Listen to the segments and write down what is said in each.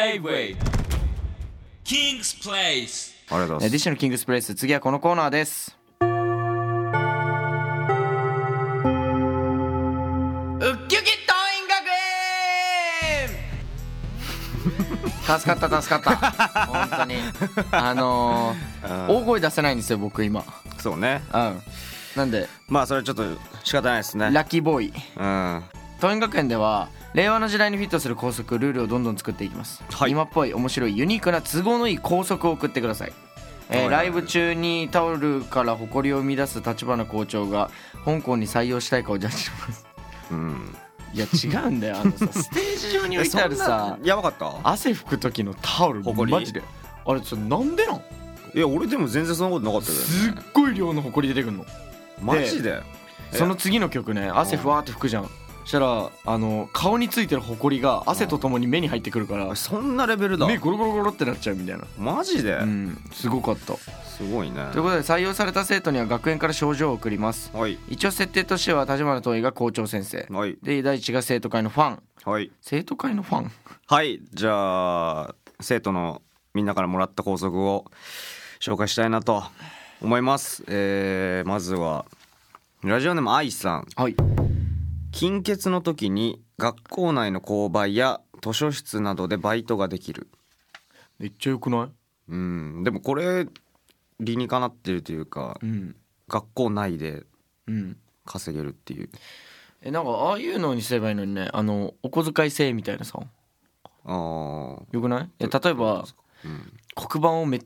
J-Way King's Place ありがとうござエいディまショナルキングスプレイス次はこのコーナーですウッキュキ桐蔭学園助かった助かった本当にあのー、大声出せないんですよ僕今すそうねうんなんでまあそれはちょっと仕方ないですねラッキーボーイうんは桐蔭学園では令和の時代にフィットする校則ルールをどんどん作っていきます、はい今っぽい面白いユニークな都合のいい校則を送ってくださいはいえーはいライブ中にタオルから埃を生み出す立花校長が香港に採用したいかをジャッジし ますうんいや違うんだよあの さステージ上に置いてあるさそんなやばかった汗拭く時のタオルほこりマジであれそれなんでなんいや俺でも全然そんなことなかったすっごい量の埃出てくるのけどマジでえその次の曲ね汗ふわーって拭くじゃんそしたらあの顔についてるホコリが汗とともに目に入ってくるからそんなレベルだ目ゴロゴロゴロってなっちゃうみたいなマジでうんすごかったすごいねということで採用された生徒には学園から賞状を送りますはい一応設定としては立花東映が校長先生はいで第一が生徒会のファンはい生徒会のファンはいじゃあ生徒のみんなからもらった校則を紹介したいなと思いますえーまずはラジオネーム愛さんはい金欠の時に学校内の購買や図書室などでバイトができるめっちゃよくなうんでもこれ理にかなってるというかいうん学校内でうん稼げるっていうえなんかああいうのにすればいいのにねあのお小遣い制みたいなさああよくないえ例えば黒板をめっ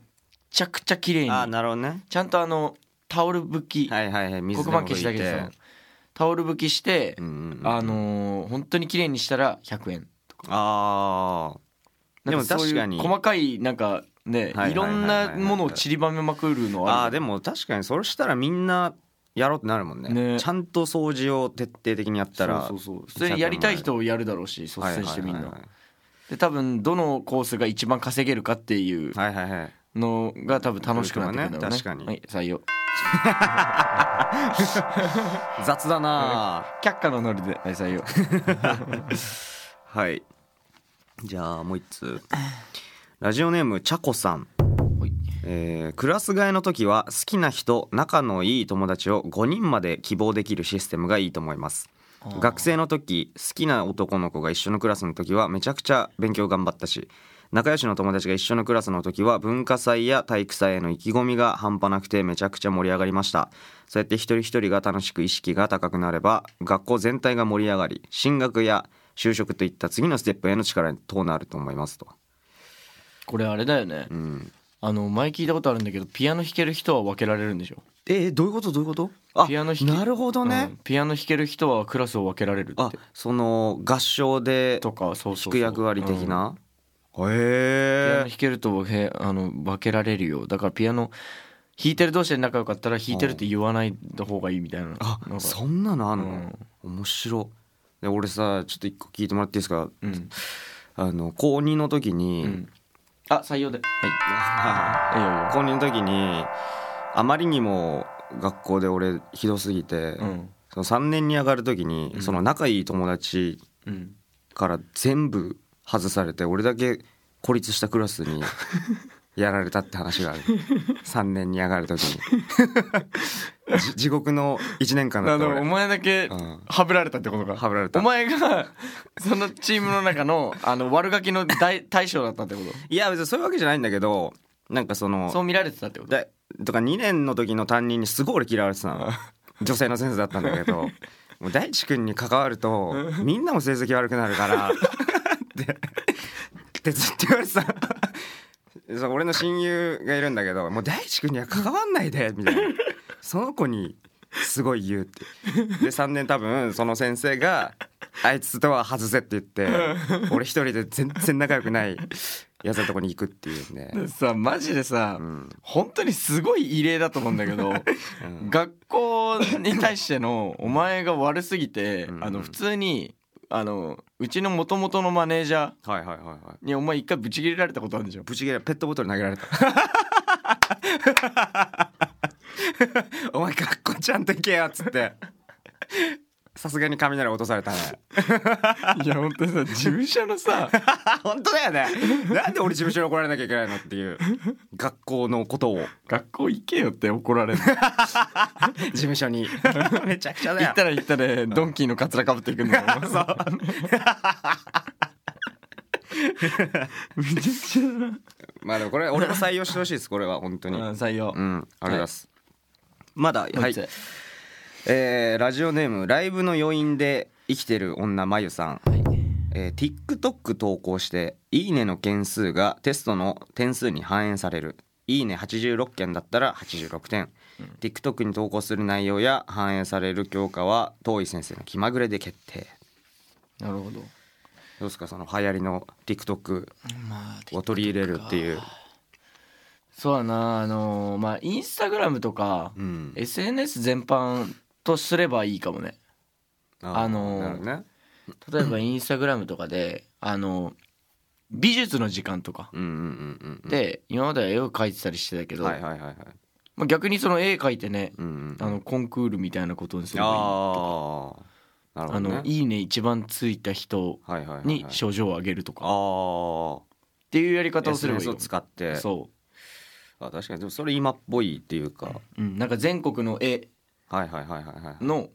ちゃくちゃ綺麗にあーなるほどねちゃんとあのタオル拭き、はいはいはい水黒で板も消し拭だいけでてさタオル拭きして、うんうんうんあのー本当に綺麗にしたら100円ああでなんもかそうい確うかに細かいなんかはいね、はいはいはいいろんなものを散りばめまくるのはあーるでも確かにそれしたらみんなやろうってなるもんねねちゃんと掃除を徹底的にやったらそうそうそう普通にやりたい人をやるだろうし率はいはい先はしていみんな、で多分どのコースが一番稼げるかっていうはいはいはいのが多分楽しくなってくるんだろうねそうかもね確かにはい、採用雑だなあ却下のノリで、はい、採用はいじゃあもう一つラジオネームちゃこさん はいえークラス替えの時は好きな人仲のいい友達を5人まで希望できるシステムがいいと思います学生の時好きな男の子が一緒のクラスの時はめちゃくちゃ勉強頑張ったし仲良しの友達が一緒のクラスの時は文化祭や体育祭への意気込みが半端なくてめちゃくちゃ盛り上がりましたそうやって一人一人が楽しく意識が高くなれば学校全体が盛り上がり進学や就職といった次のステップへの力となると思いますと、これあれだよね、うん、あの前聞いたことあるんだけどピアノ弾ける人は分けられるんでしょえーどういうことどういうことあピアノ弾きなるほどね、うんピアノ弾ける人はクラスを分けられるあってその合唱でとかそうそうそ弾うく役割的、うんな、ピアノへ弾けるとへあの分けられるよだからピアノ弾いてる同士で仲良かったら弾いてるって言わない方がいいみたいなあなんかそんなのあんの、うん面白で俺さちょっと一個聞いてもらっていいですかうん、あの高2の時うに、ん、あ採用ではいいいよいいよ 高2の時にあまりにも学校で俺ひどすぎて、うんその3年に上がる時に、その仲いい友達うんから全部外されて俺だけ孤立したクラス にやられたって話がある3年に上がる時 にじ地獄の1年間だっだかたらお俺前だけうんはぶられたってことかはぶられたお前が そのチームの中のあの悪ガキの大大将だったってこいや別にそういうわけじゃないんだけどなんかそのとそう見られてたってことだとか2年の時の担任にすごい俺嫌われてたの女性の先生だったんだけどもう大地君に関わるとみんなも成績悪くなるからってってずっと言われてたそう俺の親友がいるんだけどもう大地君には関わんないでみたいなその子にすごい言うってで3年多分その先生があいつとは外せって言って俺一人で全然仲良くないやつのとこに行くっていうねでさマジでさ、ん本当にすごい異例だと思うんだけど、学校に対してのお前が悪すぎて、うんあの普通にあのうちの元々のマネージャーはいはいはいはいにお前一回ブチ切れられたことあるでしょぶち切れペットボトル投げられ たお前学校ちゃんと行けよっつってさすがに雷落とされたね いや本当にさ事務所の さ本当だよねなんで俺事務所に怒られなきゃいけないのっていう学校のことを学校行けよって怒られる事務所に めちゃくちゃだ行よったら行ったでドンキーのカツラかぶっていくんだよ そうめちゃくちゃだなまあでもこれ俺も採用してほしいですこれは本当にうん採用うんありがとうございますまだははいいえーラジオネームライブの余韻で生きてる女まゆさん、えー TikTok 投稿して「いいね」の件数がテストの点数に反映される「いいね」86件だったら86点、TikTok に投稿する内容や反映される教科は遠い先生の気まぐれで決定なるほどどうですかその流行りの TikTok まあを取り入れるっていう、そうだなあのーまあインスタグラムとか、うん SNS 全般とすればいいかもねーあのーなるほどね例えばインスタグラムとかであの美術の時間とかうんうんうんうんで今までは絵を描いてたりしてたけど、はいはいはいはいまあ、逆にその絵描いてねうんうんあのコンクールみたいなことにすればいいああなるあほどのねいいね一番ついた人はいはいはいはいに賞状をあげるとかっあていうやりあ方をすればいい SNS よを使ってそあ確かにでもそれ今っぽいっていうか、う、うん、なんか全国の絵はいはいはいはいはいの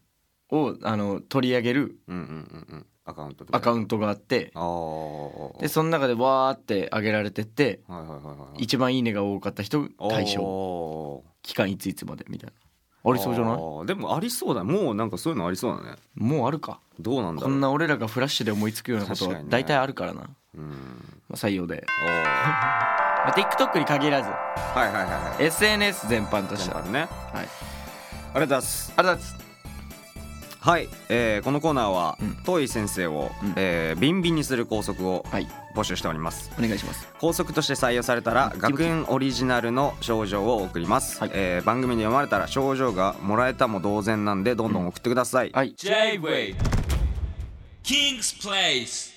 をあの取り上げるうんうんうんうんアカウントとかアカウンントがあってトああでその中でわーって上げられてってはいはいはいはい一番いいねが多かった人対象象期間いついつまでみたいなありそうじゃないいでもありそうだもうなんかそういうのありそうだねもうあるかどうなんだろこうんな俺らがフラッシュで思いつくようなこと確はかにね大体あるからな、まうんあ、採用で、おーまあ、TikTok に限らずはいはいはいはい SNS 全般としてあははいるねありありがとうございますがとうございますはい、えーこのコーナーは、うん遠い先生を、うんえービンビンにする校則をはい募集しておりますお願いします校則として採用されたら学園オリジナルの賞状を送ります、はいえー番組で読まれたら賞状がもらえたも同然なんでどんどん送ってください、はい J-Way King's Place